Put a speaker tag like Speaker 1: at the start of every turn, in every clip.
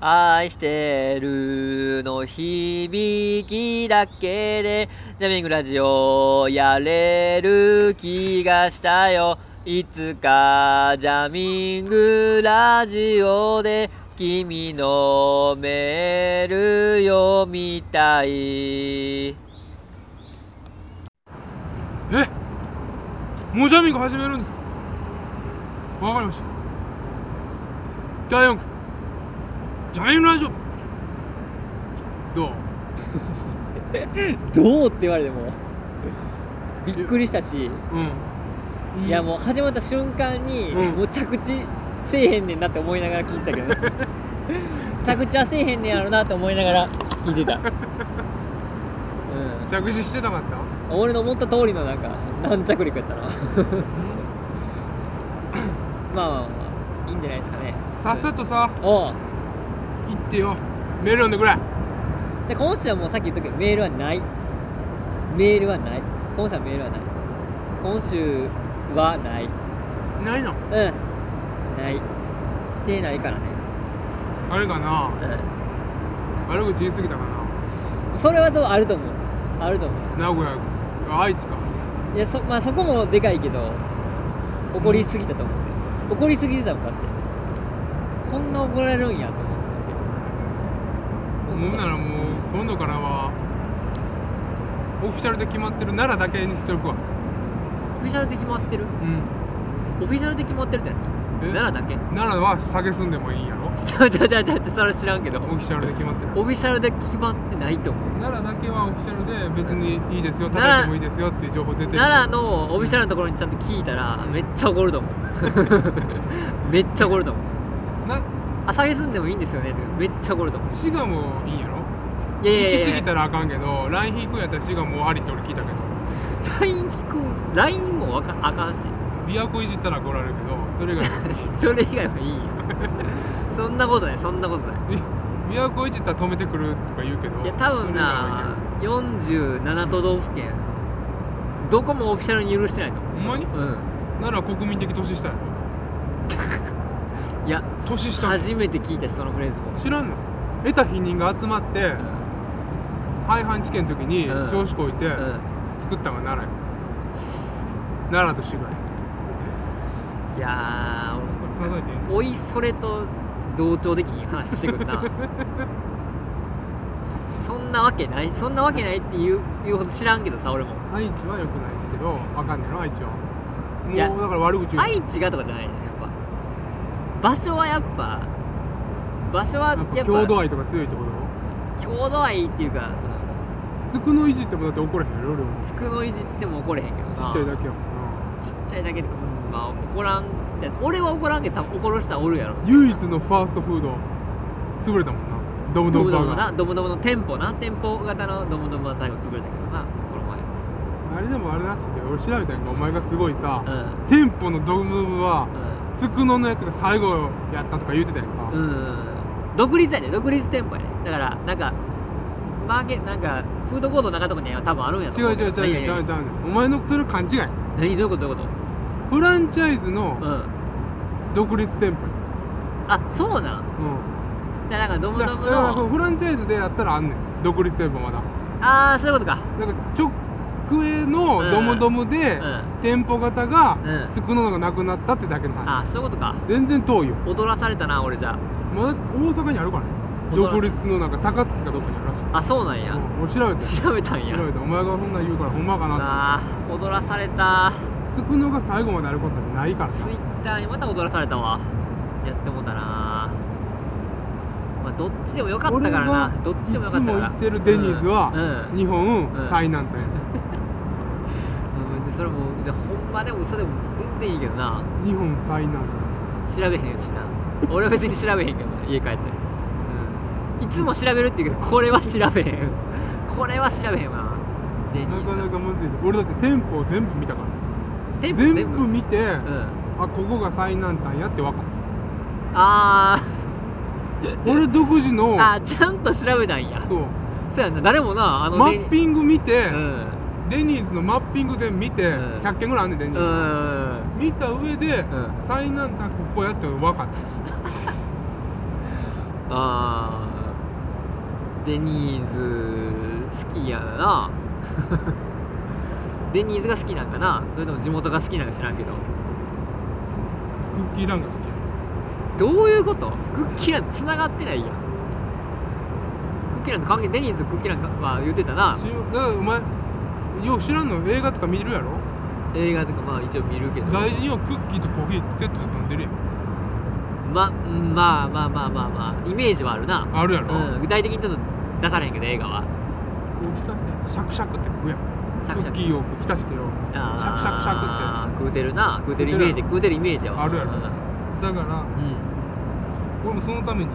Speaker 1: 愛してるの響きだけでジャミングラジオやれる気がしたよいつかジャミングラジオで君のメール読みたい
Speaker 2: えもうジャミング始めるんですわかりました第4区ジャミングラジオどう
Speaker 1: どうって言われてもびっくりしたし
Speaker 2: うん
Speaker 1: いやもう始まった瞬間に、
Speaker 2: うん
Speaker 1: もう着地せえへんねんなって思いながら聞いてたけどね 着地はせえへんねんやろなって思いながら聞いて た、うん、
Speaker 2: 着地してなかった
Speaker 1: 俺の思った通りのなんか軟着陸やったな まあまあまあいいんじゃないですかね
Speaker 2: さっさとさ
Speaker 1: おう
Speaker 2: 行ってよメール読んでくれ
Speaker 1: じゃあ今週はもうさっき言ったけどメールはないメールはない今週はメールはない今週はない
Speaker 2: ないの
Speaker 1: うんない来てないからね
Speaker 2: あれかな
Speaker 1: う
Speaker 2: 悪口言い過ぎたかなん
Speaker 1: それはどうあると思うあると思
Speaker 2: 名古屋あ愛知か
Speaker 1: ういやそ,、まあ、そこもでかいけど怒りすぎたと思うね怒りすぎてたもんだってこんな怒られるんやと思う
Speaker 2: もうならもう今度からはオフィシャルで決まってるならだけにしておくわ
Speaker 1: オフィシャルで決まってる
Speaker 2: うん
Speaker 1: オフィシャルで決まってるって
Speaker 2: え
Speaker 1: 何奈良だけ
Speaker 2: ならは下げすんでもいいんやろ
Speaker 1: ちゃうちゃうちゃうちゃうそれ知らんけど
Speaker 2: オフィシャルで決まってる
Speaker 1: オフィシャルで決まってないと思う
Speaker 2: 奈良だけはオフィシャルで別にいいですよ叩いてもいいですよっていう情報出てる
Speaker 1: 奈良のオフィシャルのところにちゃんと聞いたらめっちゃ怒る と思うめっちゃ怒ると思う
Speaker 2: な
Speaker 1: あ下げすんでもいいんですよねってめっちゃ怒ると思う
Speaker 2: 滋賀もいいんやろ
Speaker 1: いやいやいや
Speaker 2: 行き過ぎたらあかんけどライン引くんやったら滋賀もありって俺聞いたけど
Speaker 1: LINE 引く LINE もわかあかんし
Speaker 2: 琵琶湖いじったら怒られるけどそれ以外は
Speaker 1: それ以外はいいよそんなことないそんなことない
Speaker 2: 琵琶湖いじったら止めてくるとか言うけど
Speaker 1: いや多
Speaker 2: それ
Speaker 1: 分
Speaker 2: 以外はいい
Speaker 1: な47都道府県どこもオフィシャルに許してないと思う
Speaker 2: ほんまに
Speaker 1: う
Speaker 2: やろ奈良は国民的年下やろ
Speaker 1: んいや
Speaker 2: 年下
Speaker 1: 初めて聞いたしそのフレーズも、
Speaker 2: 知らんの得た否認が集まって
Speaker 1: う
Speaker 2: 廃藩置県の時に
Speaker 1: うん
Speaker 2: 調子こいて
Speaker 1: んうん
Speaker 2: 作ったのが奈良や奈良と滋賀や
Speaker 1: いや
Speaker 2: これ叩いていい
Speaker 1: ーおいそれと同調できん話してくんな そんなわけないそんなわけないって言う言うほど知らんけどさ俺も
Speaker 2: 愛知は良くないんだけどあかんねやろ愛知
Speaker 1: いや
Speaker 2: はもうだから悪口言う
Speaker 1: 愛知がとかじゃないねやっぱ場所はやっぱ場所はや
Speaker 2: や
Speaker 1: っ
Speaker 2: っ
Speaker 1: ぱ
Speaker 2: ぱ郷土愛とか強いってこと
Speaker 1: 郷土愛っていうか
Speaker 2: つくのいじってもだって怒れへんやろ両方
Speaker 1: つくのいじっても怒れへんけど
Speaker 2: ち
Speaker 1: な
Speaker 2: っちゃいだけやもんな
Speaker 1: ちっちゃいだけでうんまあ怒らんって俺は怒らんけど多分怒る人はおるやろ
Speaker 2: 唯一のファーストフード潰れたもんなドム
Speaker 1: ドム
Speaker 2: ドム
Speaker 1: ド
Speaker 2: バ
Speaker 1: ム
Speaker 2: ー
Speaker 1: の
Speaker 2: ガー
Speaker 1: なドムドムの店舗な店舗型のドムドムは最後潰れたけどなこの前
Speaker 2: あれでもあれらしいで俺調べたんやんかお前がすごいさ
Speaker 1: うん
Speaker 2: 店舗のドムドムは
Speaker 1: うん
Speaker 2: つくののやつが最後やったとか言うてたやんか、
Speaker 1: うん独立やね独立店舗やねだからなんかマーケなんかフードコートの中とかには多分あるんやと
Speaker 2: 違
Speaker 1: 思
Speaker 2: う違う違う
Speaker 1: けど
Speaker 2: 違う
Speaker 1: いやいや
Speaker 2: 違う違
Speaker 1: いうや
Speaker 2: お前のそれ勘違い
Speaker 1: 何どういうことどういうこ
Speaker 2: フランチャイズ
Speaker 1: と
Speaker 2: の
Speaker 1: うん
Speaker 2: 独立店舗や
Speaker 1: あそうなん
Speaker 2: うん
Speaker 1: じゃあなんかドム
Speaker 2: だ
Speaker 1: ド
Speaker 2: だ
Speaker 1: ム
Speaker 2: から
Speaker 1: の
Speaker 2: フランチャイズでやったらあんねん独立店舗まだ
Speaker 1: ああそういうことか
Speaker 2: だから直営のドムドム
Speaker 1: う
Speaker 2: で
Speaker 1: ん
Speaker 2: 店舗型が
Speaker 1: うん
Speaker 2: つくのがなくなったってだけの
Speaker 1: あ
Speaker 2: 話
Speaker 1: そういうことか
Speaker 2: 全然遠いよ
Speaker 1: 踊らされたな俺じゃあ
Speaker 2: まだ大阪にあるからね
Speaker 1: 踊らせ
Speaker 2: 独立のなんか高槻かどこかにあるらしい
Speaker 1: あそうなんや
Speaker 2: うん俺調べて
Speaker 1: 調べたんや
Speaker 2: 調べてお前がそんなん言うからほんまかな
Speaker 1: あー踊らされた
Speaker 2: ってつくのが最後まであることはないから
Speaker 1: ツイッターにまた踊らされたわやってもうたなまあどっちでもよかったから
Speaker 2: 俺
Speaker 1: な
Speaker 2: が
Speaker 1: どっちでもよかったから
Speaker 2: いつも行ってるデニーズは
Speaker 1: うん
Speaker 2: 日本
Speaker 1: うん
Speaker 2: 最南端や
Speaker 1: うん、うん、それも別にほんまでも嘘でも全然いいけどな
Speaker 2: 日本最南
Speaker 1: 調べへんしな俺は別に調べへんけどな家帰ってうんいつも調べるって言うけどこれは調べへんこれは調べへんわデニ
Speaker 2: 端な
Speaker 1: ー
Speaker 2: か
Speaker 1: ズ
Speaker 2: なかむずいで俺だって店舗を全部見たから
Speaker 1: 全部
Speaker 2: 全
Speaker 1: 全部
Speaker 2: 部見て
Speaker 1: うん
Speaker 2: あここが最南端やって分かっ
Speaker 1: あ
Speaker 2: た俺独自の
Speaker 1: ーあーちゃんと調べたんや
Speaker 2: そう
Speaker 1: そうやんな誰もなあの
Speaker 2: マ
Speaker 1: デニ
Speaker 2: ッピング見て、
Speaker 1: うん
Speaker 2: デニーズのマッピング全見て、
Speaker 1: うん
Speaker 2: 100件ぐらいあんねんデニ
Speaker 1: う
Speaker 2: ーズ、
Speaker 1: ん
Speaker 2: 見た上で、
Speaker 1: うん
Speaker 2: 最南端ここやって分かった
Speaker 1: あーデニーズ好きやなデニーズが好きなんかなそれとも地元が好きなんか知らんけど
Speaker 2: クッキーランが好きや
Speaker 1: どういうことクッキーランつながってないやんクッキーランと関係デニーズとクッキーランかは言ってたな
Speaker 2: しだからお前よう知らんの映画とか見るやろ
Speaker 1: 映画とかまあ一応見るけど
Speaker 2: 大事にようクッキーとコーヒーセットで飲んでるやん
Speaker 1: ままあまあまあまあまあイメージはあるな、
Speaker 2: あるやろ、
Speaker 1: うん、具体的にちょっと出されへんけど映画は
Speaker 2: こう浸してシャクシャクって食うやん
Speaker 1: シャクシャク
Speaker 2: クッキーをこう浸してよ
Speaker 1: あー
Speaker 2: シャクシャクシャ
Speaker 1: 食うてるな食うてるイメージ食うてるイメージやわ
Speaker 2: あるやろだから
Speaker 1: うん
Speaker 2: 俺もそのために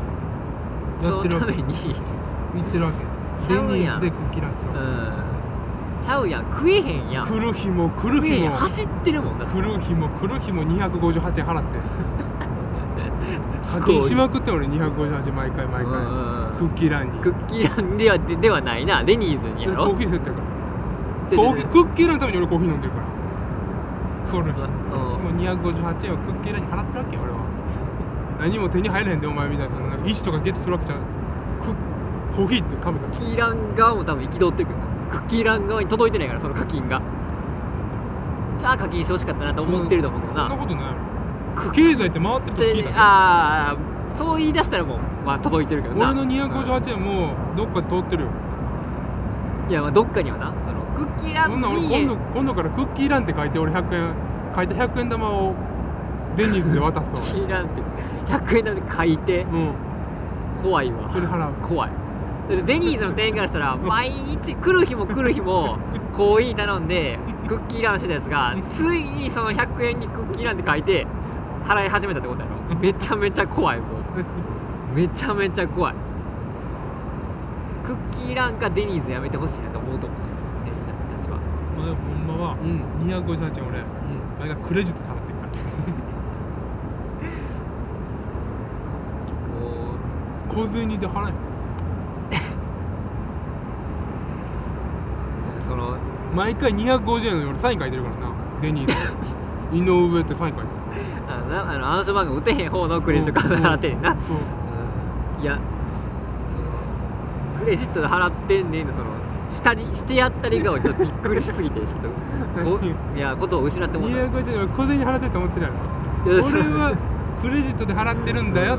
Speaker 1: そ
Speaker 2: やっ
Speaker 1: の
Speaker 2: てる
Speaker 1: た
Speaker 2: わ
Speaker 1: め
Speaker 2: け
Speaker 1: に
Speaker 2: 言ってるわけ
Speaker 1: ちゃうやん
Speaker 2: デニーズでクッキーランしてる
Speaker 1: う
Speaker 2: わ
Speaker 1: んちゃうやん食えへんやん
Speaker 2: け来る日も来る
Speaker 1: 食えへ
Speaker 2: 日
Speaker 1: ん
Speaker 2: も
Speaker 1: 走ってるもんだって
Speaker 2: 来る日も来る日も258円 払って課
Speaker 1: こう
Speaker 2: 金しまくって俺258円毎回毎
Speaker 1: うんう
Speaker 2: 回
Speaker 1: んうん
Speaker 2: クッキーランに
Speaker 1: クッキーランではでではないなデニーズにや
Speaker 2: でコ
Speaker 1: ろ
Speaker 2: ーヒーセットやから
Speaker 1: ちょ
Speaker 2: コ
Speaker 1: ちょ
Speaker 2: ー
Speaker 1: ちょ
Speaker 2: ヒークッキーランのために俺コーヒー飲んでるから来る日
Speaker 1: うん
Speaker 2: も258円をクッキーランに払ってるわけよ俺は何も手に入らへんでお前みたいなそのなんか石とかゲットするわけじゃんクッコーヒーって噛むから
Speaker 1: クッキーラン側も多分憤ってるけどなクッキーラン側に届いてないからその課金がじゃあ課金してほしかったなと思ってると思うけど
Speaker 2: そんな
Speaker 1: な
Speaker 2: ことないや
Speaker 1: ク
Speaker 2: ろ
Speaker 1: ッキー
Speaker 2: 経済って回ってると聞い
Speaker 1: で
Speaker 2: たから
Speaker 1: ああそう言い出したらもうまあ届いてるけどな
Speaker 2: 俺の258円もどっかで通ってるよ
Speaker 1: いやまあどっかにはなそのクッキーラ
Speaker 2: そん
Speaker 1: ン
Speaker 2: な俺
Speaker 1: 陣営
Speaker 2: 今度今度からクッキーランって書いて俺100円書いた100円玉をデニーズで渡す
Speaker 1: ク
Speaker 2: わ
Speaker 1: ッキーランって100円玉で書いて
Speaker 2: うん
Speaker 1: 怖いわ
Speaker 2: それ払う
Speaker 1: 怖いだってデニーズの店員からした ら毎日来る日も来る日もコーヒー頼んでクッキーランしてたやつがついにその100円にクッキーランって書いて払い始めたってことやろめちゃめちゃ怖いもうめちゃめちゃ怖いクッキーランかデニーズやめてほしいなと思うと思う店員たちは
Speaker 2: まあでもほんまは
Speaker 1: うん
Speaker 2: 258円俺
Speaker 1: うん
Speaker 2: 毎回クレジットで払ってるから
Speaker 1: もう
Speaker 2: 小銭で払え
Speaker 1: その
Speaker 2: 毎回250円の俺サイン書いてるからなデニーズ 井上ってサイン書いてる
Speaker 1: あのなあの暗証番号打てへん方のクレジットカードで払ってんな、
Speaker 2: そう
Speaker 1: うんいやそのクレジットで払ってんねんのその下にしてやったりがちょっとびっくりしすぎてちょっと こいやことを失ってもうたい
Speaker 2: 250円俺小銭払ってると思ってるやろ
Speaker 1: や
Speaker 2: 俺
Speaker 1: そう
Speaker 2: はクレジットで払ってるんだよ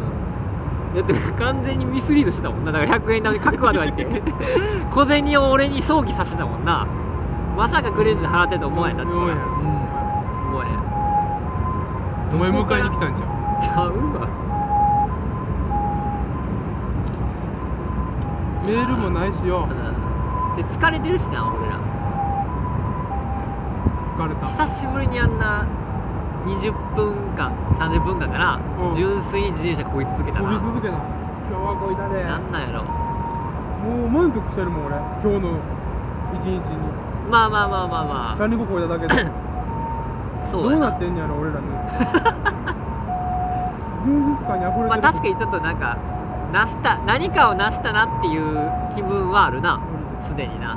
Speaker 1: いやでも完全にミスリードしてたもんなだから100円玉に書くわとか 言って小銭を俺に葬儀させてたもんなまさかクレジットで払ってると思わへんだってそれ
Speaker 2: 思わへん
Speaker 1: うん思えへん
Speaker 2: お前迎えに来たんじゃん
Speaker 1: ちゃうわ
Speaker 2: メールもないしよ
Speaker 1: うんで疲れてるしな俺ら
Speaker 2: 疲れた
Speaker 1: 久しぶりにあんな20分間30分間かな、
Speaker 2: うん
Speaker 1: 純粋に自転車こぎ続けた
Speaker 2: 飛び
Speaker 1: な
Speaker 2: 続けた今日はこいたね
Speaker 1: なんなんやろ
Speaker 2: もう満足してるもん俺今日の一日に
Speaker 1: まあまあまあまあま
Speaker 2: チャリンコ越えた だけで
Speaker 1: あ
Speaker 2: ど
Speaker 1: そうや
Speaker 2: う
Speaker 1: な
Speaker 2: なってんねやろ 俺らね充実感にあふれてる
Speaker 1: まあ確かにちょっとなんか成した何かを成したなっていう気分はあるなすでにな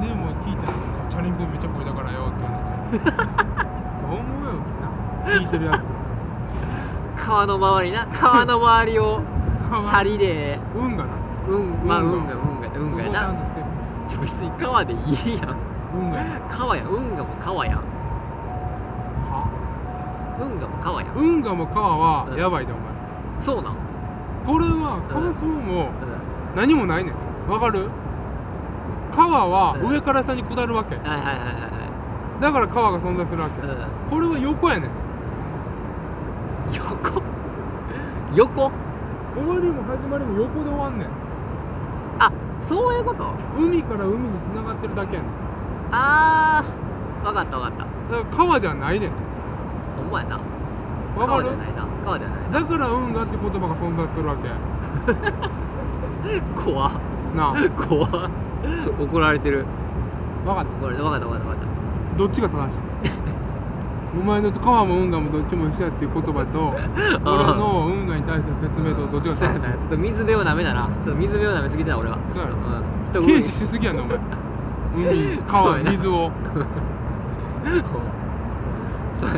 Speaker 2: にでも聞いたらチャリンコめっちゃ越えたからよって言わ れたどう思うよみんな聞いてるやつ
Speaker 1: 川の周りな川の周り をチャリで
Speaker 2: 運がな
Speaker 1: うんまあ運
Speaker 2: 運
Speaker 1: が
Speaker 2: が
Speaker 1: 運が運がやな
Speaker 2: そこをちゃんとして
Speaker 1: 別に川でいいやん
Speaker 2: 運がや
Speaker 1: 川や運河も川やん
Speaker 2: は
Speaker 1: 運河も川やん
Speaker 2: 運河も川はやばいでお前
Speaker 1: そうなん、
Speaker 2: これは川そうも
Speaker 1: うん、
Speaker 2: 何もないねんわかる川は上から下に下るわけ
Speaker 1: はいはいはいは
Speaker 2: だから川が存在するわけ
Speaker 1: いはいうん
Speaker 2: これは横やねん
Speaker 1: 横 横
Speaker 2: 終わりも始まりも横で終わんねん
Speaker 1: あそういうこと
Speaker 2: 海から海に繋がってるだけやねん
Speaker 1: あー分かった分かっ
Speaker 2: だから川ではないねん
Speaker 1: たほんまやな
Speaker 2: わか
Speaker 1: 川じ
Speaker 2: る
Speaker 1: ゃないな川じゃないな
Speaker 2: だから運河って言葉が存在するわけ
Speaker 1: 怖っ
Speaker 2: なあ
Speaker 1: 怖っ怒られてる
Speaker 2: 分かっ
Speaker 1: 怒られて分かった分かった分か
Speaker 2: たどっちが正しいお前の川も運河もどっちも一緒やっていう言葉と
Speaker 1: あ
Speaker 2: 俺の運河に対する説明とどっちが
Speaker 1: ったそうや
Speaker 2: 正し
Speaker 1: なちょっと水辺を舐めだなちょっと水辺を舐めすぎてた俺はちょっと、
Speaker 2: そ
Speaker 1: うん、人
Speaker 2: うい
Speaker 1: 混み
Speaker 2: 軽視しすぎやねんお前海
Speaker 1: そう
Speaker 2: 川
Speaker 1: やな
Speaker 2: 水を
Speaker 1: そうや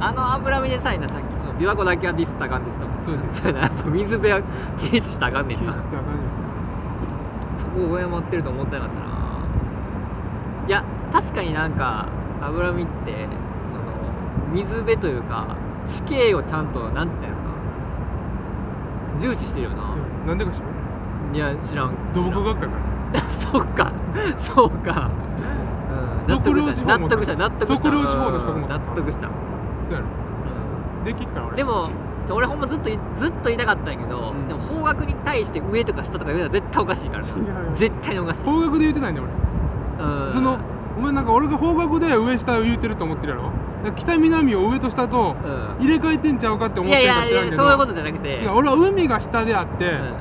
Speaker 1: なあの脂身でさえなさっきその琵琶湖だけはディスったらあかんですと
Speaker 2: そうです
Speaker 1: そうやなやっぱ水辺は禁止したらあかんねん
Speaker 2: 禁
Speaker 1: な
Speaker 2: 止したらあかんよ
Speaker 1: そこを上回ってると思ってなかったないや確かになんか脂身ってその水辺というか地形をちゃんとなんて言ったんやろな重視してるよ
Speaker 2: そ
Speaker 1: な
Speaker 2: うなんでか知らん
Speaker 1: いや知らん
Speaker 2: 土
Speaker 1: 知ら
Speaker 2: 木
Speaker 1: ん
Speaker 2: 学科から
Speaker 1: そうか、そうか。うん、納
Speaker 2: 測
Speaker 1: 得
Speaker 2: 量
Speaker 1: した
Speaker 2: 地、方
Speaker 1: 納
Speaker 2: も
Speaker 1: 得した、納得した。
Speaker 2: 測量地方の資格
Speaker 1: うん
Speaker 2: も
Speaker 1: 納得した。
Speaker 2: そうやろ
Speaker 1: う
Speaker 2: できっから
Speaker 1: ん
Speaker 2: 俺
Speaker 1: でも、俺ほんまずっと言い、ずっと言いたかったんやけど、
Speaker 2: うん
Speaker 1: でも方角に対して上とか下とか言うのは絶対おかしいから
Speaker 2: 違うよ
Speaker 1: な。絶対におかしい。うん
Speaker 2: 方角で言ってないね俺そのお前なんか俺が方角で上下を言うてると思ってるやろだから北南を上と下と
Speaker 1: う
Speaker 2: 入れ替えてんちゃうかって
Speaker 1: ん。
Speaker 2: 思
Speaker 1: い
Speaker 2: っ
Speaker 1: や
Speaker 2: て
Speaker 1: いや
Speaker 2: るか知
Speaker 1: い
Speaker 2: らんけ
Speaker 1: や、
Speaker 2: ど
Speaker 1: そういうことじゃなくて。
Speaker 2: 違う俺は海が下であって、
Speaker 1: う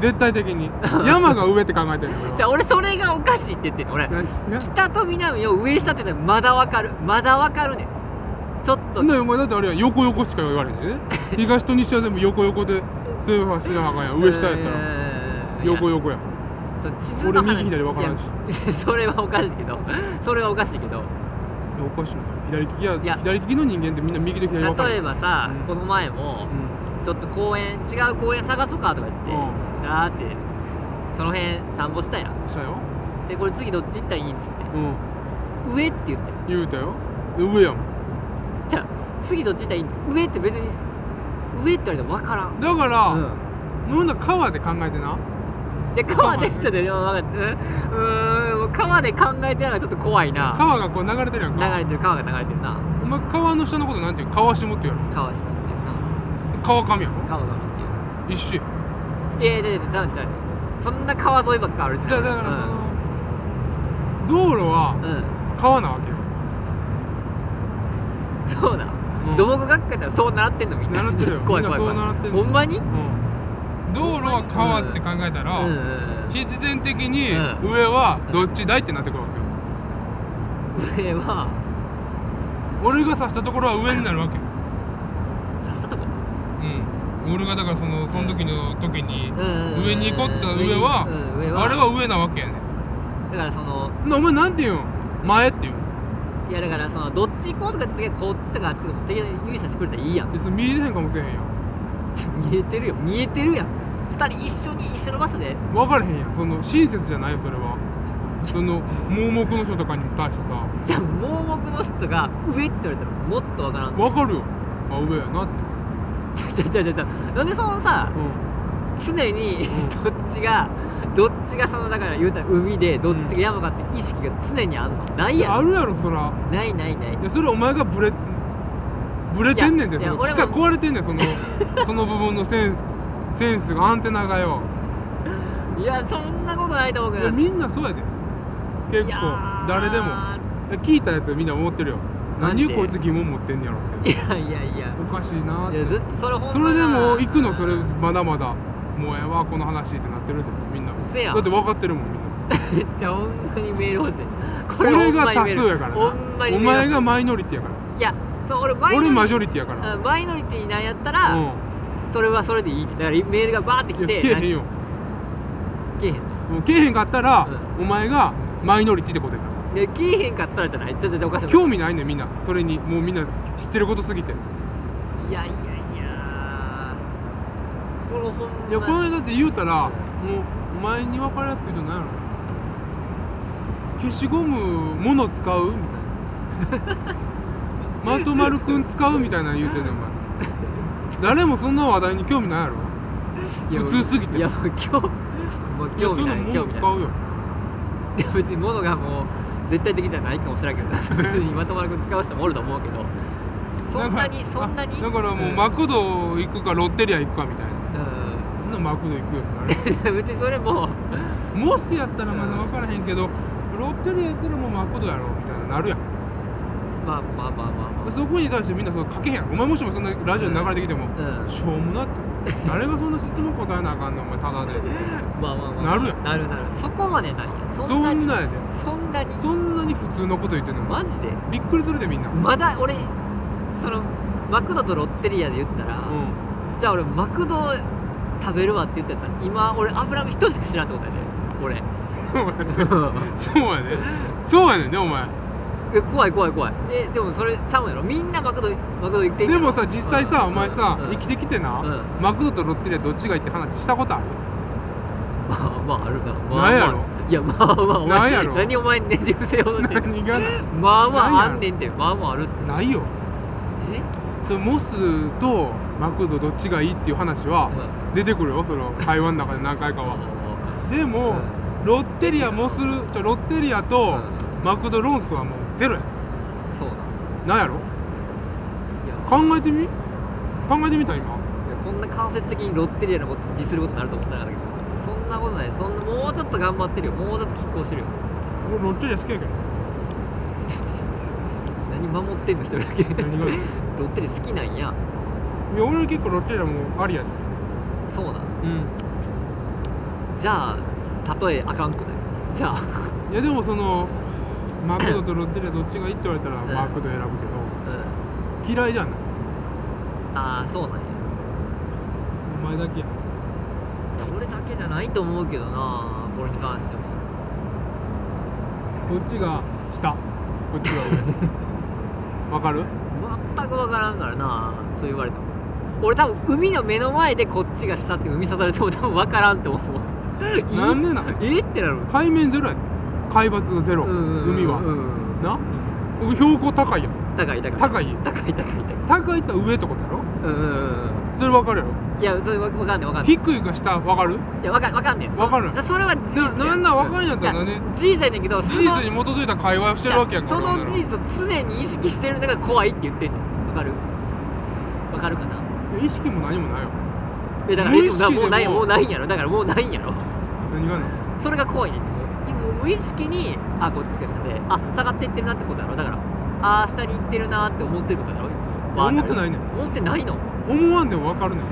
Speaker 2: 絶対的に山が上って考えてるよ俺
Speaker 1: ん
Speaker 2: は
Speaker 1: じゃあ、俺それがおかしいって言ってんの、俺。
Speaker 2: 何何
Speaker 1: 北と南を上下って言ったらまだわかる。まだわかるねん。ちょっと
Speaker 2: なん。だよお前だってあれは横横しか言われへんね 東と西は全部横横でスーファースーハーがやん上下やったら
Speaker 1: ら
Speaker 2: 横横や
Speaker 1: そう地図
Speaker 2: 俺
Speaker 1: の話
Speaker 2: 右左分からんし
Speaker 1: いや それはおかしいけどそれはおかしいけど
Speaker 2: おかしいな左利きや
Speaker 1: いや
Speaker 2: 左利きの人間ってみんな右と左分かれ
Speaker 1: 例え
Speaker 2: ば
Speaker 1: ばさ、
Speaker 2: うん
Speaker 1: この前もちょっと公園違う公園探そうかとか言って、
Speaker 2: う
Speaker 1: だーってその辺散歩したやん
Speaker 2: うんしたよ
Speaker 1: でこれ次どっち行ったらいいんっつって
Speaker 2: うん
Speaker 1: 上って言って
Speaker 2: 言うたよ上やもん
Speaker 1: じゃあ次どっち行ったらいいん上って別に上って言われても分からん
Speaker 2: だから、
Speaker 1: うん
Speaker 2: もうなんだ川で考えてな
Speaker 1: で川で
Speaker 2: 川ね
Speaker 1: ちょっとでも分かったうんうーんもう川で考えてるのがちょっと怖いな
Speaker 2: 川がこう流れてるやん
Speaker 1: 流
Speaker 2: か
Speaker 1: れてる川が流れてるな
Speaker 2: お前川の下のことなんていう川下って言うや
Speaker 1: 川島っていうな
Speaker 2: ろ川上やろ
Speaker 1: 川がっていう
Speaker 2: 一緒や
Speaker 1: いやいやいやじゃあじゃあそんな川沿いばっか歩いてない
Speaker 2: じゃあだからその、道路は
Speaker 1: うん、うん、
Speaker 2: 川なわけよ
Speaker 1: そうだ、
Speaker 2: うん
Speaker 1: 土木学科ではそう習ってんのみんな
Speaker 2: 習ってるよ
Speaker 1: 怖い怖い
Speaker 2: み
Speaker 1: 怖
Speaker 2: ん
Speaker 1: い
Speaker 2: なそう習ってんの
Speaker 1: ほんまにうん
Speaker 2: うん道路は川って考えたら、
Speaker 1: うんうん
Speaker 2: 必然的に
Speaker 1: うん
Speaker 2: 上はどっちだいってなってくるわけよ
Speaker 1: 上は
Speaker 2: 俺が指したところは上になるわけよ、
Speaker 1: 刺したとこ
Speaker 2: うん、俺がだからそのその時の時に
Speaker 1: うんうんうんうん
Speaker 2: 上に行こうって言ったら上は、
Speaker 1: うん上は
Speaker 2: あれは上なわけやねん
Speaker 1: だからその
Speaker 2: なお前なんて言うん前って言うん
Speaker 1: いやだからそのどっち行こうとかって時はこっちとかあっちとか的に指さしてくれたらいいやん
Speaker 2: でそれ見えてへんかもしれへんやん
Speaker 1: 見えてるよ見えてるやん二人一緒に一緒の場所で
Speaker 2: 分からへんやんその親切じゃないよそれは その盲目の人とかに対してさ
Speaker 1: じゃあ盲目の人が上って言われたらもっとわからん
Speaker 2: 分かるよあ上やなっ
Speaker 1: じゃじ
Speaker 2: て
Speaker 1: ゃじゃじゃじゃなんでそのさ
Speaker 2: うん
Speaker 1: 常にどっちがどっちがそのだから言うたら海でどっちが山かって意識が常にあんのない
Speaker 2: い
Speaker 1: や
Speaker 2: やあ
Speaker 1: ん
Speaker 2: るやろそら
Speaker 1: ないないない
Speaker 2: いやそれお前がブレブレてんねんて
Speaker 1: い
Speaker 2: そ
Speaker 1: や
Speaker 2: の
Speaker 1: いや
Speaker 2: 機械
Speaker 1: 俺も
Speaker 2: 壊れてんね んそのその部分のセンスセンスがアンテナがよ
Speaker 1: いやそんなことないと思う
Speaker 2: い
Speaker 1: け
Speaker 2: や
Speaker 1: ど
Speaker 2: みんなそうやで結
Speaker 1: いや
Speaker 2: 構
Speaker 1: ー
Speaker 2: 誰でもいや聞いたやつみんな思ってるよ
Speaker 1: マジ
Speaker 2: 何
Speaker 1: で
Speaker 2: こいつ疑問持ってんねやろって
Speaker 1: いやいやいや
Speaker 2: おかしいなーっ
Speaker 1: い
Speaker 2: て
Speaker 1: やずっとそれほんま
Speaker 2: それでも行くのそれ
Speaker 1: う
Speaker 2: まだまだもうええわこの話ってなってるでみんなだ
Speaker 1: せやん
Speaker 2: って分かってるもんみんな
Speaker 1: めっちゃほんまにメール欲しいこ
Speaker 2: 俺
Speaker 1: ほんま
Speaker 2: が
Speaker 1: に
Speaker 2: 多
Speaker 1: メール
Speaker 2: 数やからな
Speaker 1: ほんまに
Speaker 2: お
Speaker 1: メール欲
Speaker 2: 前
Speaker 1: しい
Speaker 2: がマイノリティやから
Speaker 1: いやそう俺マイノリ
Speaker 2: 俺
Speaker 1: ティ
Speaker 2: マジョリティやから
Speaker 1: うんマイノリティなんやった
Speaker 2: う
Speaker 1: ら
Speaker 2: ん
Speaker 1: それはそれでいいねだからメールがバーって
Speaker 2: い
Speaker 1: 来
Speaker 2: や
Speaker 1: て
Speaker 2: けえへんよ
Speaker 1: なんけえへんの
Speaker 2: もうけえへんかったら
Speaker 1: う
Speaker 2: お前がマイノリティってことやから
Speaker 1: でけえへんかったらじゃないちょちょちょおかしい
Speaker 2: 興味ないねんみんなそれにもうみんな知ってることすぎてい
Speaker 1: いやいやいやこのほんま
Speaker 2: やこの間だって言うたらもうお前に分かりやすく言うと何やろ消しゴムもの使うみたいな まとまるくん使うみたいなの言うてんねんお前誰もそんな話題に興味ないやろ
Speaker 1: いや
Speaker 2: 普通すぎて
Speaker 1: いやもう今日もう
Speaker 2: い
Speaker 1: 興
Speaker 2: やそ
Speaker 1: 味
Speaker 2: んな
Speaker 1: ない
Speaker 2: も
Speaker 1: 興
Speaker 2: の
Speaker 1: 味ない
Speaker 2: 使うよ
Speaker 1: いや別に物がもう絶対的じゃないかもしれんけ ど別にまとまるく使う人もおると思うけどそんなに
Speaker 2: か
Speaker 1: そんなに
Speaker 2: あだからもう
Speaker 1: うん
Speaker 2: マクド行くかロッテリア行くかみたいな
Speaker 1: う
Speaker 2: そんなマクド行くよってなる
Speaker 1: ん 別にそれも
Speaker 2: もしやったらまだ分からへんけどロッテリアやったらもうマクドやろみたいななるやん
Speaker 1: まあまあまあまあま
Speaker 2: そこに対してみんなその書けへんお前もしもそんなラジオに流れてきても、
Speaker 1: あうん
Speaker 2: しょうもなって誰がそんな質問答えなあかんねんお前ただで
Speaker 1: まあまあまあ
Speaker 2: なるやん
Speaker 1: なるなるそこまでないやそ
Speaker 2: そ
Speaker 1: んなに
Speaker 2: んなんやで
Speaker 1: そんなに
Speaker 2: そんなに普通のこと言ってんの
Speaker 1: マジで
Speaker 2: びっくりするでみんな、
Speaker 1: まだ俺そのマクドとロッテリアで言ったら、
Speaker 2: う
Speaker 1: じゃあ俺マクド食べるわって言ったやつは今俺油身一人しか知ら んってことやで俺
Speaker 2: ん、そうやねそうやねんねお前
Speaker 1: え怖い怖い怖いえでもそれちゃうんやろみんなマクドマクド行ってんや
Speaker 2: で
Speaker 1: ろ
Speaker 2: もさ実際さ、
Speaker 1: うん
Speaker 2: お前さ、
Speaker 1: うん
Speaker 2: 生きてきてな、
Speaker 1: う
Speaker 2: マクドとロッテリアどっちがいいって話したことある
Speaker 1: まあまああるな、まあ、
Speaker 2: なんやろ
Speaker 1: まあいやまあまあお前
Speaker 2: なんやろ
Speaker 1: 何お前ねじ伏せようとしてる
Speaker 2: 何がな
Speaker 1: まあま
Speaker 2: なんや
Speaker 1: ああ
Speaker 2: ろ
Speaker 1: んねんってまあまああるって
Speaker 2: ないよ
Speaker 1: え、
Speaker 2: それモスとマクドどっちがいいっていう話
Speaker 1: う
Speaker 2: は
Speaker 1: ん
Speaker 2: 出てくるよその会話の中で何回かはでも、ロッテリアモスルちょロッテリアとマクドロンスはもうゼロや
Speaker 1: そうなん
Speaker 2: なんやろ
Speaker 1: いや
Speaker 2: 考えてみ考えてみた今
Speaker 1: いやこんな間接的にロッテリアのことディスることになると思ってなかったけどそんなことないそんなもうちょっと頑張ってるよもうちょっと拮抗してるよ
Speaker 2: 俺ロッテリア好きやけど
Speaker 1: 何守ってんの一人だけ
Speaker 2: 何 がいい
Speaker 1: ロッテリア好きなんや
Speaker 2: いや俺は結構ロッテリアもありやで
Speaker 1: そうなん
Speaker 2: うん
Speaker 1: じゃあたとえあかんくないじゃあ、
Speaker 2: いやでもそのマクドとロッテリアどっちがいいって言われたら
Speaker 1: うん
Speaker 2: マクド選ぶけ
Speaker 1: うん、
Speaker 2: ど嫌いじゃない
Speaker 1: ああそうなんや
Speaker 2: お前だけや
Speaker 1: 俺だけじゃないと思うけどなこれに関しても
Speaker 2: こっちが下こっちが 上わかる
Speaker 1: 全く分からんからなそう言われても俺多分海の目の前でこっちが下って海刺されても多分分からんと思う
Speaker 2: なんでなん
Speaker 1: えってなる
Speaker 2: 海面ゼロやで海抜がゼロ海は
Speaker 1: は
Speaker 2: な僕標高高いやん
Speaker 1: 高い高い
Speaker 2: 高い
Speaker 1: 高い高い高い
Speaker 2: 高いって上ってことやろ
Speaker 1: うんうんうん
Speaker 2: それわかるやろ
Speaker 1: うんいやそれわわかんねんわか んねん
Speaker 2: 低いか下わかる
Speaker 1: いやわかんわかんねんそ
Speaker 2: わかる
Speaker 1: そそれは事実
Speaker 2: ななんなんわかんやったらね
Speaker 1: 事実やねんけど
Speaker 2: 事実に基づいた会話をしてるわけやん
Speaker 1: その
Speaker 2: 俺ら
Speaker 1: 事実を常に意識してるのが怖いって言ってんねんわかるわかるかない
Speaker 2: や意識も何もないよ
Speaker 1: いやだから
Speaker 2: 無
Speaker 1: い
Speaker 2: 意識
Speaker 1: つももうない
Speaker 2: でも
Speaker 1: もうないんやろだからもうないんやろ
Speaker 2: 何がない
Speaker 1: それが怖いねんってもうもう無意識にあこっちが下であ下がっていってるなってことやろだからあー下に行ってるなって思ってることやろいつもわー
Speaker 2: 思ってないねん
Speaker 1: 思ってないの
Speaker 2: 思わんでも分かるねん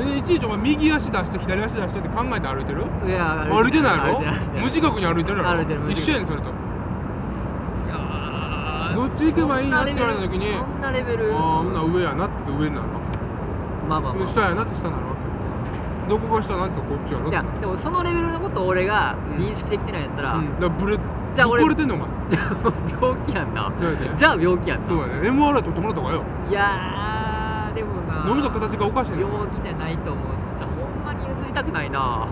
Speaker 2: えいちいちお前右足出して左足出してって考えて歩いてる
Speaker 1: いや
Speaker 2: 歩いてないやろ
Speaker 1: 歩いてない歩いてない
Speaker 2: 無自覚に歩いてるや
Speaker 1: 歩いてる
Speaker 2: ろ
Speaker 1: 無
Speaker 2: 一
Speaker 1: 自覚
Speaker 2: 緒やねんそれと
Speaker 1: ど
Speaker 2: どっち行けばいいなって言われた時に
Speaker 1: そんなレベル
Speaker 2: ああほんなら上やなって言って上になるわ
Speaker 1: まあまあ、ま
Speaker 2: け下やなって下になるわけどこが下なんて言ったらこっちやろ
Speaker 1: あ、いやでもそのレベルのことを俺が認識できてないんやったら、
Speaker 2: うん、だからブレ
Speaker 1: じゃあ俺
Speaker 2: ぶっ壊れてんのお前
Speaker 1: じゃあ 病気やんな
Speaker 2: どうやって
Speaker 1: じゃあ病気やん
Speaker 2: そう
Speaker 1: な
Speaker 2: やね MRI 取ってもらった方がよ
Speaker 1: いやーでもな
Speaker 2: 飲みの形がおかしいねん
Speaker 1: 病気じゃないと思うしじゃあほんまに譲りたくないな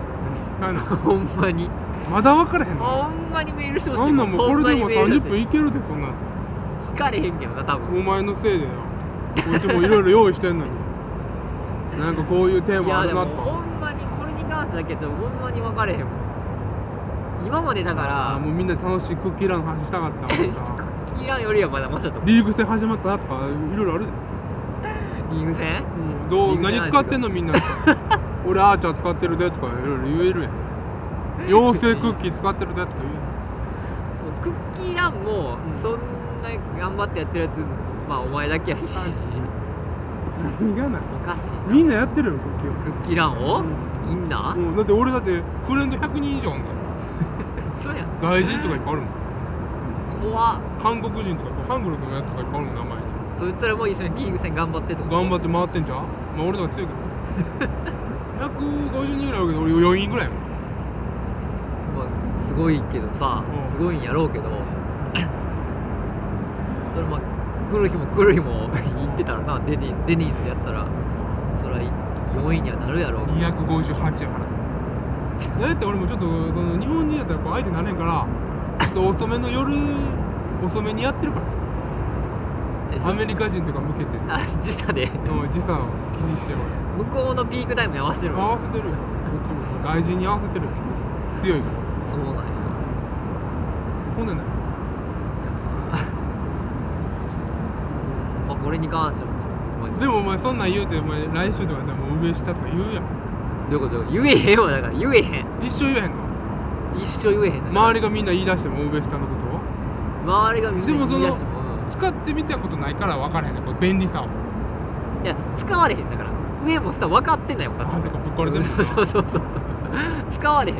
Speaker 2: なんなん
Speaker 1: ほんまに
Speaker 2: まだ分からへんの
Speaker 1: ほんまにメールしてほし
Speaker 2: ないんなんもうこ
Speaker 1: ほ
Speaker 2: れでも
Speaker 1: んまにメールし
Speaker 2: 30
Speaker 1: て
Speaker 2: 分いけるでそんなん
Speaker 1: 聞かれへんけどな多
Speaker 2: お
Speaker 1: 分
Speaker 2: 前のせいでよこっちもいろいろ用意してんのになんかこういうテー
Speaker 1: い
Speaker 2: マあ
Speaker 1: や
Speaker 2: る
Speaker 1: で
Speaker 2: な
Speaker 1: も
Speaker 2: と
Speaker 1: ほ
Speaker 2: か
Speaker 1: んまにこれに関してだけじゃほんまに分かれへんもん今までだか
Speaker 2: あー
Speaker 1: ら
Speaker 2: もうみんな楽しいクッキーランの話したかった
Speaker 1: キーランよりはまだマシだと思
Speaker 2: リーグ戦始まったなとかいろいろあるで
Speaker 1: うリーグ戦
Speaker 2: ど
Speaker 1: リ
Speaker 2: う
Speaker 1: ーグ戦
Speaker 2: 何使ってんのみんな とか俺アーチャー使ってるでとかいろいろ言えるやん妖精クッキー使ってるでとか言える
Speaker 1: クッキーランもそんな頑張ってやってるやつまあお前だけやし
Speaker 2: 何がない
Speaker 1: おかしいな
Speaker 2: みんなやってるよクッキー
Speaker 1: クッキーランを
Speaker 2: うん
Speaker 1: みんな
Speaker 2: うんだって俺だってフレンド100人以上あんだよ
Speaker 1: そうや
Speaker 2: 外人とかいっぱいあるもん
Speaker 1: 怖っ
Speaker 2: 韓国人とかハングルのやつとかいっぱいあるもん名前に
Speaker 1: そいつらも一緒にリーグ戦頑張ってってこと
Speaker 2: 頑張って回ってんじゃんまあ俺の方 が強いけど150人ぐらいあるけど俺4人ぐらいやもん
Speaker 1: まあすごいけどさ
Speaker 2: うん
Speaker 1: すごいんやろうけど それまあ来る日も来る日も 行ってたらなデニデニーズでやってたらそりゃ4位にはなるやろうけど
Speaker 2: 258やからだって俺もちょっとその日本人やったらやっぱ相手になれんからちょっと遅めの夜遅めにやってるから
Speaker 1: え
Speaker 2: ア
Speaker 1: そ
Speaker 2: メリカ人とか向けて
Speaker 1: あ時差で
Speaker 2: おい時差を気にして俺
Speaker 1: 向こうのピークタイムに合わせてる
Speaker 2: 合わせてるよ外人に合わせてるよ強いから
Speaker 1: そうなんや
Speaker 2: ほんでね
Speaker 1: まあ、これに関してはちょっとほんまに
Speaker 2: でもお前そんなん言うてお前来週とかでも上下とか言うやん
Speaker 1: どういうこと言えへんわだから言えへん
Speaker 2: 一生言えへんの
Speaker 1: 一生言えへん
Speaker 2: 周りがみんな言い出しても上下のことを
Speaker 1: 周りがみんな
Speaker 2: でもその
Speaker 1: 言い出してもうん
Speaker 2: 使ってみたことないから分からへんねこれ便利さを
Speaker 1: いや使われへんだから上も下分かってんだよだって
Speaker 2: あそこぶっ壊れてる
Speaker 1: そうそうそうそうそう使われへん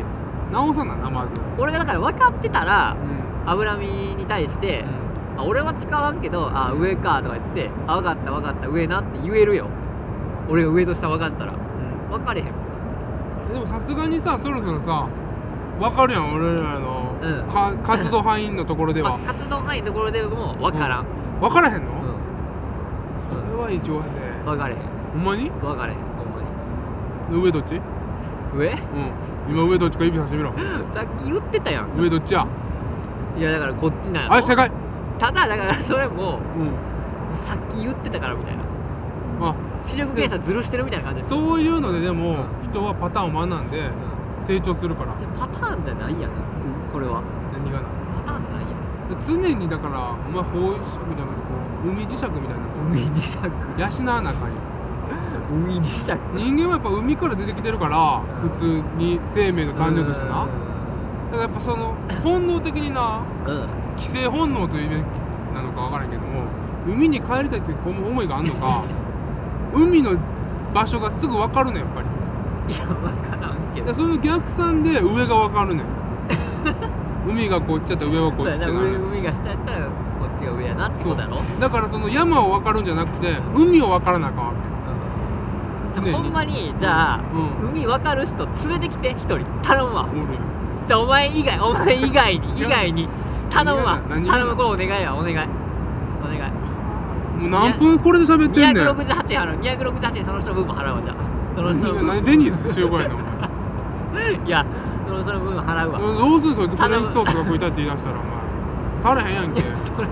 Speaker 2: 直さななまず
Speaker 1: 俺がだから分かってたら
Speaker 2: うん
Speaker 1: 脂身に対して、あ俺は使わんけどあ上かとか言ってあ分かった分かった上なって言えるよ俺が上と下分かってたら分かれへんもん
Speaker 2: でもさすがにさそろそろさ分かるやん俺らの
Speaker 1: うん
Speaker 2: か活動範囲のところで
Speaker 1: ま
Speaker 2: は
Speaker 1: あ、活動範囲のところでも分からん、
Speaker 2: 分からへん
Speaker 1: うん
Speaker 2: の、これは異常やね
Speaker 1: 分かれへん
Speaker 2: ほんまに
Speaker 1: 分かれへんほんまに
Speaker 2: 上どっちうん
Speaker 1: 上
Speaker 2: 今上どっちか指さしてみろ
Speaker 1: さっき言ってたやん
Speaker 2: 上どっちや
Speaker 1: いやだからこっちなんやろ
Speaker 2: あ正解
Speaker 1: ただだからそれも
Speaker 2: うん
Speaker 1: さっき言ってたからみたいな
Speaker 2: あ
Speaker 1: 視力検査ずるしてるみたいな感じです
Speaker 2: そういうのででも人はパターンを学んで
Speaker 1: うん
Speaker 2: 成長するから
Speaker 1: じゃあパターンじゃないやんこれは
Speaker 2: 何がな
Speaker 1: パターンじゃないやん
Speaker 2: 常にだからお前方位磁石じゃなくてこう海磁石みたいな
Speaker 1: 海磁石
Speaker 2: 養わなあかんよ
Speaker 1: 海磁石
Speaker 2: 人間はやっぱ海から出てきてるから
Speaker 1: うん
Speaker 2: 普通に生命の誕生としてな
Speaker 1: う
Speaker 2: だからやっぱその本能的になん
Speaker 1: うん
Speaker 2: 寄生本能というべきなのか分からんけども海に帰りたいっていう思いがあん のか海の場所がすぐ分かるねんやっぱり
Speaker 1: いや分からんけど
Speaker 2: だからその逆算で上が分かるねん海がこっちやったら上はこ
Speaker 1: そう
Speaker 2: っち
Speaker 1: や
Speaker 2: って
Speaker 1: な
Speaker 2: なるねん
Speaker 1: 海が下やったらこっちが上やなってことだろ
Speaker 2: だからその山を分かるんじゃなくて海を分からなあかんわ
Speaker 1: うん
Speaker 2: 常に
Speaker 1: ほんまにじゃあ
Speaker 2: けうん
Speaker 1: 海分かる人連れてきて一人頼むわ
Speaker 2: おるよ
Speaker 1: じゃあお前以外お前以外に
Speaker 2: い
Speaker 1: 以
Speaker 2: や
Speaker 1: 外に頼むわ
Speaker 2: 何が
Speaker 1: 頼むこれお願いやお願いお願い
Speaker 2: もう何分これで喋ってんねん
Speaker 1: 268円払う268円その人の分も払うわじゃあその人の
Speaker 2: 何
Speaker 1: 分
Speaker 2: デニーズ集 合やなお前
Speaker 1: いやその人の分も払うわ
Speaker 2: どうするそいつフ
Speaker 1: 頼む
Speaker 2: レンチトーストが食いたいって言い出したらお前足らへんやん
Speaker 1: い
Speaker 2: け
Speaker 1: やそれは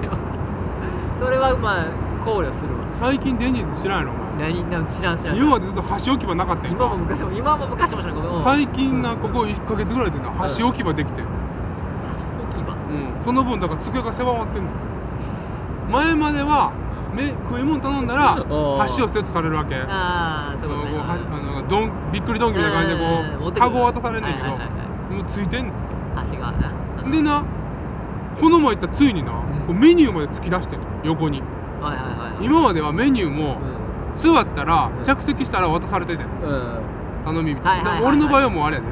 Speaker 1: それはまあ考慮するわ
Speaker 2: 最近デニーズ知らんやろお前
Speaker 1: 何なん知らん知らん
Speaker 2: 今までずっと箸置き場なかったやん
Speaker 1: 今
Speaker 2: か
Speaker 1: も昔も今も昔も知らんごめんうん
Speaker 2: 最近なここ1ヶ月ぐらいでな箸置き場できてん、
Speaker 1: 箸置き場
Speaker 2: うん、その分だから机が狭まってんの前まではめ食い物頼んだら
Speaker 1: おー
Speaker 2: 箸をセットされるわけ
Speaker 1: ああそう
Speaker 2: こ
Speaker 1: いううことね
Speaker 2: はあのどんびっくりドンキみたいな感じで
Speaker 1: うん
Speaker 2: こ
Speaker 1: 持っ
Speaker 2: う
Speaker 1: てく
Speaker 2: タ
Speaker 1: る
Speaker 2: ゴ渡されんねんけ
Speaker 1: はいはい
Speaker 2: ど
Speaker 1: はいは
Speaker 2: もうついてんの
Speaker 1: い箸がなうん
Speaker 2: でなこの前行ったらついになこうメニューまで突き出してん横に
Speaker 1: はいはいはいはい
Speaker 2: 今まではメニューも座ったら
Speaker 1: うん
Speaker 2: 着席したら渡されてて
Speaker 1: うんうん
Speaker 2: 頼みみたいな
Speaker 1: はいはいはいはい
Speaker 2: で俺の場合はもうあれや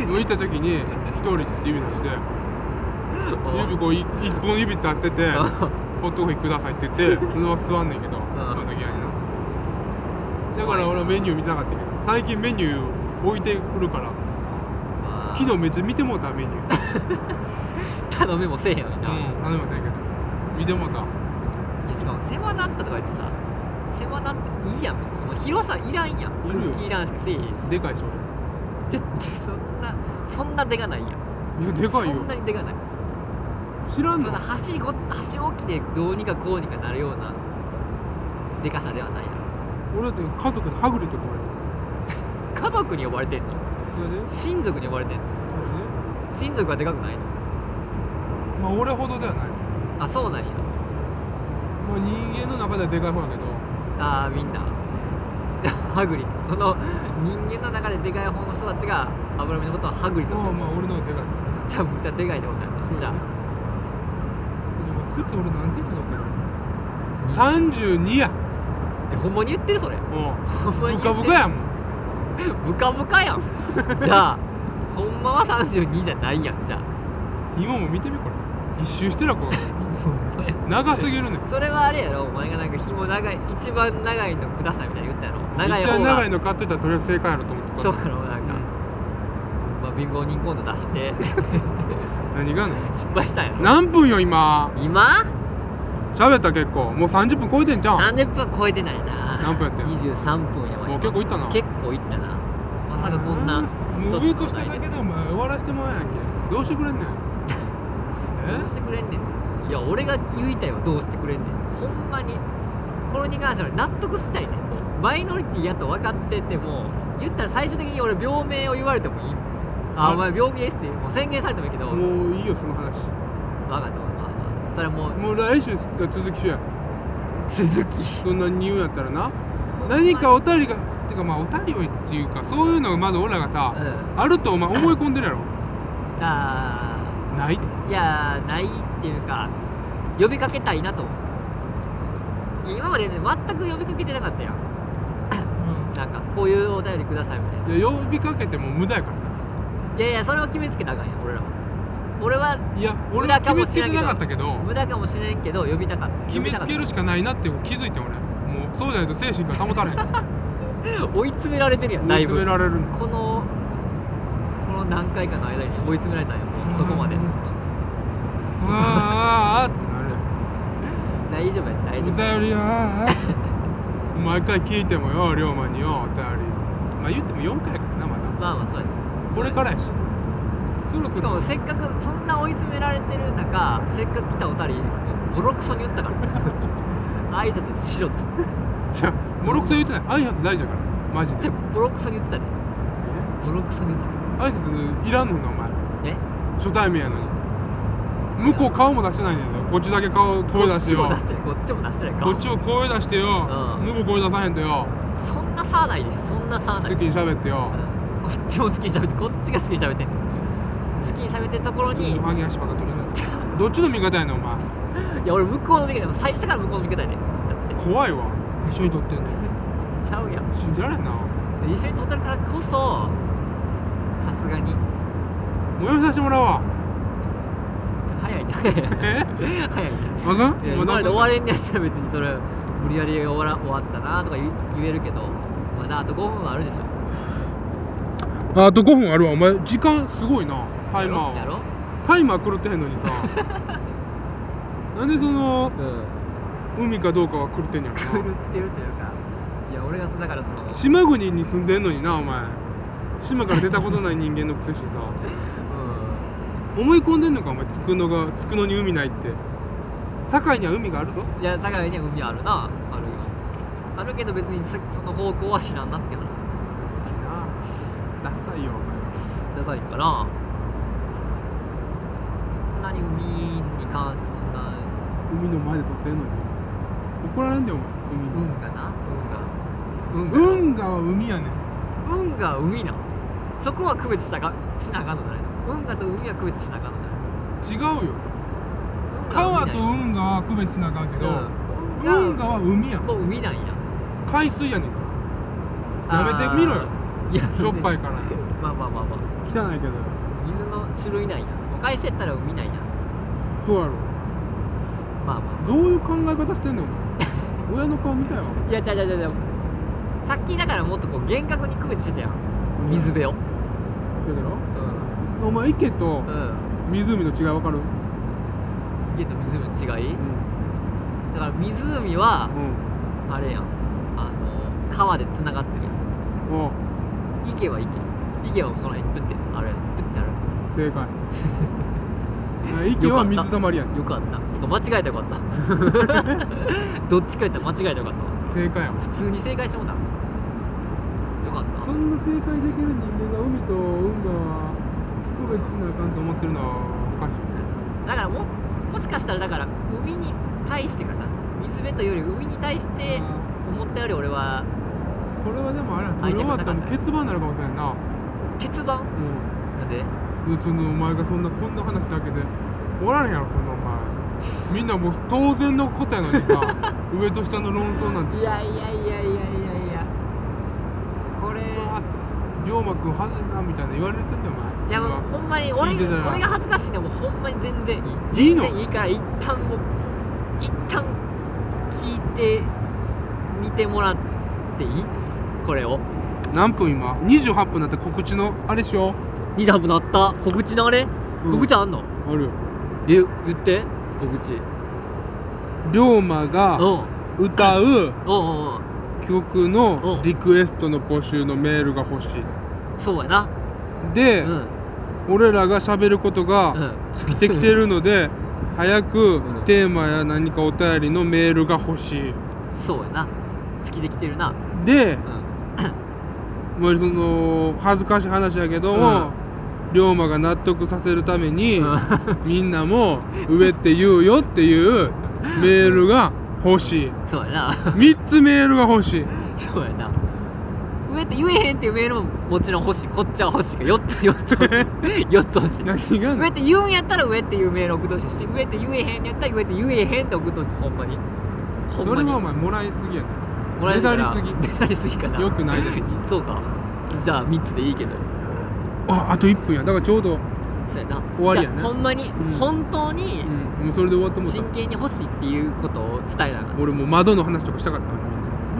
Speaker 2: で向いた時に一人って指出して指こうい一本指立ってて ホットコーヒーくださいって言ってそのまま座んねんけど今の時はなだから俺はメニュー見てなかったけど最近メニュー置いてくるから昨日めっちゃ見てもうたメニュー
Speaker 1: 頼みもせえへんよみたいな
Speaker 2: うん頼みませんけど見てもうた
Speaker 1: いやしかも狭なったとか言ってさ狭なっていいやん別にもう広さいらんやん
Speaker 2: いるよ
Speaker 1: 空気いらんしかせえへんし
Speaker 2: でかいしょ
Speaker 1: ちょそんなそんなでかないやん
Speaker 2: いやでかい
Speaker 1: そ
Speaker 2: よ
Speaker 1: んなにでかない
Speaker 2: 知ら
Speaker 1: そ
Speaker 2: ん
Speaker 1: ん
Speaker 2: の
Speaker 1: な箸ご箸置きでどうにかこうにかなるようなでかさではないやろ
Speaker 2: 俺だって家族ではぐれとって言われ
Speaker 1: 家族に呼ばれてんの
Speaker 2: たそれで
Speaker 1: 親族に呼ばれてんの
Speaker 2: それで
Speaker 1: 親族はでかくないの
Speaker 2: まあ俺ほどではない、
Speaker 1: あそうなんや
Speaker 2: まあ、人間の中ではでかい方やけど
Speaker 1: あーみんな ハグリその人間の中ででかい方の人たちが油身のことはハグリと
Speaker 2: ま
Speaker 1: 思
Speaker 2: あ
Speaker 1: う
Speaker 2: まあ俺の方がでかいで
Speaker 1: むちゃむちゃでかいってことやなじゃあ
Speaker 2: も靴俺何センチ乗ってるの32や
Speaker 1: えほんまに言ってるそれ
Speaker 2: う
Speaker 1: ほんま
Speaker 2: ん
Speaker 1: に言
Speaker 2: ブカ
Speaker 1: ってる
Speaker 2: ブカやもん
Speaker 1: ブカブカやんじゃあほんまは32じゃないやんじ ゃあ
Speaker 2: 今も見てみこれ一周してるこ れ長すぎるねん
Speaker 1: それはあれやろお前がなんか紐長い一番長いのくださいみたいな言ったやろ長い
Speaker 2: 一
Speaker 1: 方
Speaker 2: 番
Speaker 1: が
Speaker 2: 長いの買ってたらとりあえず正解やろと思って
Speaker 1: そう
Speaker 2: か
Speaker 1: やろなんか、まあ、貧乏人今度出して
Speaker 2: ら何があんの
Speaker 1: 失敗したんやろ
Speaker 2: 何分よ今
Speaker 1: 今
Speaker 2: 喋った結構もう30分超えてんじゃん
Speaker 1: 30分超えてないな
Speaker 2: 何分やってんも
Speaker 1: 23分やわ
Speaker 2: う結構いったな
Speaker 1: 結構いったなまさかこんな一つ
Speaker 2: ム
Speaker 1: の
Speaker 2: ービーとしてだ
Speaker 1: 題
Speaker 2: け
Speaker 1: で
Speaker 2: でお前終わらせてもらえやんけどうしてくれんね んえ
Speaker 1: どうしてくれんねんいや俺が言いたいはどうしてくれんねんほんまにこれに関しては納得したいねんもうマイノリティやと分かってても言ったら最終的に俺病名を言われてもいいあ
Speaker 2: あ
Speaker 1: お前病気ですってもう宣言されてもいいけど分か
Speaker 2: もういいよその話
Speaker 1: ったまあまあそれはもう
Speaker 2: もう来週続きしようや
Speaker 1: 続き
Speaker 2: そんなに言うんやったらな何か
Speaker 1: を
Speaker 2: お便りがてかまあお便りをっていうかそういうのがまず俺らが
Speaker 1: う
Speaker 2: さ
Speaker 1: ん
Speaker 2: あるとお前思い込んでるやろ
Speaker 1: あ
Speaker 2: ないで
Speaker 1: ーいやーないっていうか呼びかけたいなと思ういや今までね全く呼びかけてなかったやんなんかこういうお便りくださいみたいない
Speaker 2: や呼びかけても無駄やからない
Speaker 1: やいやそれを決めつけたらあかんやん俺らは俺はい
Speaker 2: や
Speaker 1: 無
Speaker 2: 俺
Speaker 1: 駄
Speaker 2: は
Speaker 1: か
Speaker 2: 決
Speaker 1: も
Speaker 2: め
Speaker 1: し
Speaker 2: つ
Speaker 1: れん
Speaker 2: けて
Speaker 1: けど
Speaker 2: なかったけど
Speaker 1: 無駄かもしれんけど呼びたかった
Speaker 2: 決めつける
Speaker 1: し
Speaker 2: しかないなって気づいて俺もうそうじゃないと精神が保たれへん
Speaker 1: 追い詰められてるやん
Speaker 2: 追
Speaker 1: だ
Speaker 2: い
Speaker 1: い
Speaker 2: 詰め
Speaker 1: ぶ
Speaker 2: られるの
Speaker 1: このこの何回かの間に追い詰められたんやもそこまで
Speaker 2: あーあーあーってなるやん
Speaker 1: 大丈夫や大
Speaker 2: お
Speaker 1: 丈夫
Speaker 2: 便りは毎回聞いてもよ龍馬によお便りまあ言っても4回やからなまだ
Speaker 1: まあまあそうやし
Speaker 2: これからやしそろ
Speaker 1: し
Speaker 2: そ
Speaker 1: か
Speaker 2: ろ
Speaker 1: もせっかくそんな追い詰められてる中せっかく来たおたりボロクソに言ったから挨拶しろっつって
Speaker 2: じゃあボロクソ言ってない挨拶大事やからマジ
Speaker 1: じ
Speaker 2: で
Speaker 1: ゃボロクソに言ってたねボロクソに言ってた
Speaker 2: 挨拶いらんのにお前
Speaker 1: え
Speaker 2: 初対面やのに向こう顔も出してないねんだよこっちだけ顔声
Speaker 1: こ
Speaker 2: 出
Speaker 1: っ
Speaker 2: して
Speaker 1: ちも
Speaker 2: よ
Speaker 1: 出してないこっちも出してないか
Speaker 2: こっちも声出してよ
Speaker 1: うん
Speaker 2: 向こう声出さへんとよ
Speaker 1: そんな差ないでそんな差
Speaker 2: 好
Speaker 1: な
Speaker 2: き
Speaker 1: い
Speaker 2: に喋ってよ
Speaker 1: こっちも好きに喋ってこっちが好きに喋ってんの好きに喋ってるところにい
Speaker 2: ハゲ足ばっか取れなかったどっちの味方やねんお前
Speaker 1: や俺向こうの味方最初から向こうの味方やでだって
Speaker 2: 怖いわ一緒に撮ってんの
Speaker 1: ちゃうやん
Speaker 2: 信じられんな
Speaker 1: 一緒に撮ってるからこそさすがにち
Speaker 2: もうやめさせてもらうわ
Speaker 1: ょ早いな 早いな
Speaker 2: え
Speaker 1: 早いな
Speaker 2: あかん
Speaker 1: いや今まで終われんねやったら別にそれ無理やり終わら終わったなとか言言えるけどまだあと5分はあるでしょ
Speaker 2: ああと5分あるわお前時間すごいなタイマ
Speaker 1: や
Speaker 2: ー
Speaker 1: ろ
Speaker 2: タイマー狂ってへんのにさ なんでそ
Speaker 1: や
Speaker 2: の
Speaker 1: ろうん
Speaker 2: 海かどうかは狂ってんやろ
Speaker 1: 狂
Speaker 2: な
Speaker 1: ってるというかいや俺がだからその
Speaker 2: 島国に住んでんのになお前島から出たことない人間のくせしてさ
Speaker 1: う
Speaker 2: 思い込んでんのかお前つくのがつくのに海ないって堺には海があるぞ
Speaker 1: んいや境には海あるなあるよあるけど別にそその方向は知らんなって話
Speaker 2: ダサいなダサいよお前
Speaker 1: ダサいからそんなに海に関してそんな
Speaker 2: 海の前で撮ってんのに怒られんだよお前海に
Speaker 1: 運がな運が運が
Speaker 2: 運河は海やねん
Speaker 1: 運が海なそこは区別したかしなあかんのじゃないの運河と海は区別しなあかんのじゃないの
Speaker 2: 違うよ
Speaker 1: 運河は
Speaker 2: 川
Speaker 1: 海
Speaker 2: と
Speaker 1: なんや
Speaker 2: 運河は区別しなあかんけど、
Speaker 1: うん、
Speaker 2: 運
Speaker 1: 運河
Speaker 2: 河は海やん
Speaker 1: もう海なんや
Speaker 2: 海水やねんからやめてみろよ
Speaker 1: あーいや
Speaker 2: しょっぱい
Speaker 1: 別
Speaker 2: から汚
Speaker 1: にまあまあまあまあ
Speaker 2: いけど
Speaker 1: 水の種類なんやもう返せったら海なんや
Speaker 2: そうやろ
Speaker 1: まあま
Speaker 2: どういう考え方してんねんお 前親の顔見たよ
Speaker 1: あいやちゃうちゃうちゃうちゃうさっきだからもっとこう厳格に区別してたやん水辺をう
Speaker 2: そうやろ
Speaker 1: ん
Speaker 2: お前池と
Speaker 1: うん
Speaker 2: 湖の違い分かる
Speaker 1: 池と湖の違い
Speaker 2: ん、
Speaker 1: だから湖は
Speaker 2: うん、
Speaker 1: あれやんあの川でつながってるやん
Speaker 2: おう
Speaker 1: 池は池池はもうその辺プッてあれプッてある
Speaker 2: 正解あ池は水たまりやねん
Speaker 1: よかったてか間違えたらよかったどっちか言ったら間 違えたらよかったわ
Speaker 2: 正解やん
Speaker 1: 普通に正解してもうたよかった
Speaker 2: そんな正解できる人間が海と運河は区別しなあかんと思ってるのはおかしい
Speaker 1: そうやなだからももしかしたらだから海に対してかな水辺というより海に対して
Speaker 2: あ
Speaker 1: 思ったより俺は
Speaker 2: ーこれはでもあれや
Speaker 1: 愛
Speaker 2: 取り
Speaker 1: 着
Speaker 2: 終わったら
Speaker 1: なかった
Speaker 2: 結番になるかもしれんな
Speaker 1: 欠番な
Speaker 2: うん
Speaker 1: んで
Speaker 2: いやちょっとお前がそんなこんな話だけでおらんやろそんなお 前みんなもう当然のことやのに さ上と下の論争なんて
Speaker 1: いやいやいやいやいやいやこれ
Speaker 2: あっつって龍馬くんはずだみたいな言われてんだよお前
Speaker 1: いやもうほんまに俺
Speaker 2: 聞いてたら
Speaker 1: が俺が恥ずかしいのはもうほんまに全然いい
Speaker 2: いいの
Speaker 1: 全然いいから一旦もう一旦聞いてみてもらっていいこれを
Speaker 2: 何分今28分だった告知のあれしよ
Speaker 1: 28分なった告知のあれ、
Speaker 2: うん
Speaker 1: 告知あんの
Speaker 2: うあるよ
Speaker 1: え言って告知
Speaker 2: 龍馬が
Speaker 1: うん
Speaker 2: 歌う
Speaker 1: うんうんうん
Speaker 2: 曲
Speaker 1: うん
Speaker 2: のリクエストの募集のメールが欲しい
Speaker 1: そうやなう
Speaker 2: で、
Speaker 1: ん
Speaker 2: 俺らが喋ること
Speaker 1: う
Speaker 2: が
Speaker 1: ん
Speaker 2: 尽きてきてるので早く
Speaker 1: ん
Speaker 2: テーマや何かお便りのメールが欲しい
Speaker 1: そうやな月できてるな
Speaker 2: で
Speaker 1: うん
Speaker 2: まあその恥ずかしい話やけども、
Speaker 1: うん
Speaker 2: 龍馬が納得させるために、
Speaker 1: うん
Speaker 2: みんなも「上って言うよ」っていうメールが欲しい
Speaker 1: そうやな
Speaker 2: 3つメールが欲しい
Speaker 1: そうやな上って言えへんっていうメールももちろん欲しいこっちは欲しいけど4つ4つ欲しい 4つ欲しい
Speaker 2: 何が
Speaker 1: 上って言うんやったら上っていうメール送ってほしいし上って言えへんやったら上って言えへんって送ってほしいほんまにほん
Speaker 2: そ
Speaker 1: ま
Speaker 2: れ
Speaker 1: に
Speaker 2: はお前もらいすぎやね
Speaker 1: もらえるから
Speaker 2: ねだりすぎ
Speaker 1: ねだりすぎかな
Speaker 2: よくないで
Speaker 1: そうかじゃあ3つでいいけど
Speaker 2: ああと1分やだからちょうど、
Speaker 1: そうやな
Speaker 2: 終わりやな
Speaker 1: じゃあほんまに、
Speaker 2: ん
Speaker 1: 本当に
Speaker 2: うん、もうそれで終わっても
Speaker 1: 真
Speaker 2: う
Speaker 1: 剣に欲しいっていうことを伝えなあか
Speaker 2: た
Speaker 1: っ
Speaker 2: 俺もう窓の話とかしたかったの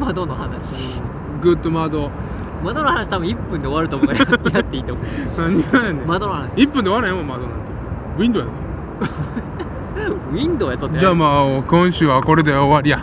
Speaker 1: た窓の話
Speaker 2: グッド窓
Speaker 1: 窓の話多分1分で終わると思うからやっていいと思う
Speaker 2: 何がやねん、
Speaker 1: 窓の話
Speaker 2: 1分で終わらへんわ窓なんてウィンドウや
Speaker 1: ウィンドウやっとって
Speaker 2: でじゃあまあ今週はこれで終わりや